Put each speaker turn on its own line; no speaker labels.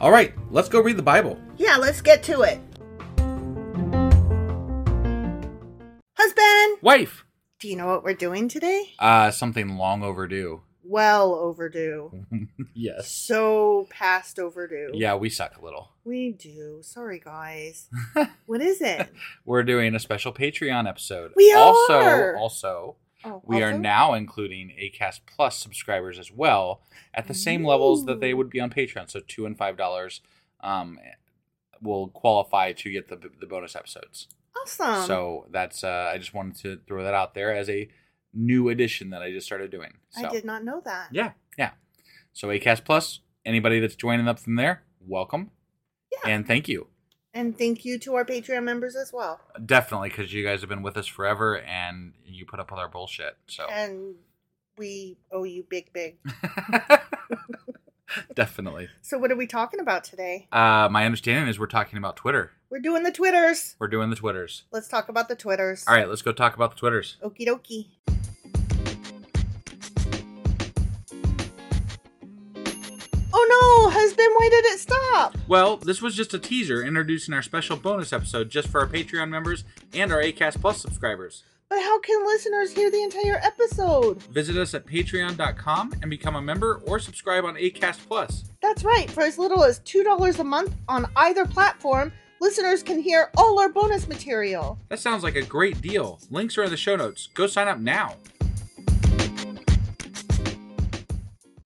All right, let's go read the Bible.
Yeah, let's get to it. Husband,
Wife!
do you know what we're doing today?
Uh, something long overdue.
Well overdue.
Yes.
So past overdue.
Yeah, we suck a little.
We do. Sorry, guys. what is it?
We're doing a special Patreon episode.
We
also,
are!
Also,
Oh,
we are
also-
now including ACAST Plus subscribers as well at the same levels that they would be on Patreon. So two and five dollars um, will qualify to get the the bonus episodes.
awesome.
so that's uh, I just wanted to throw that out there as a new addition that I just started doing. So,
I did not know that.
Yeah, yeah. So ACAST Plus, anybody that's joining up from there, welcome.
Yeah.
And thank you.
And thank you to our Patreon members as well.
Definitely, because you guys have been with us forever and you put up with our bullshit. So
And we owe you big, big.
definitely.
So, what are we talking about today?
Uh, my understanding is we're talking about Twitter.
We're doing the Twitters.
We're doing the Twitters.
Let's talk about the Twitters.
All right, let's go talk about the Twitters.
Okie dokie. Oh no, husband, why did it stop?
Well, this was just a teaser introducing our special bonus episode just for our Patreon members and our ACAST Plus subscribers.
But how can listeners hear the entire episode?
Visit us at patreon.com and become a member or subscribe on ACAST Plus.
That's right, for as little as $2 a month on either platform, listeners can hear all our bonus material.
That sounds like a great deal. Links are in the show notes. Go sign up now.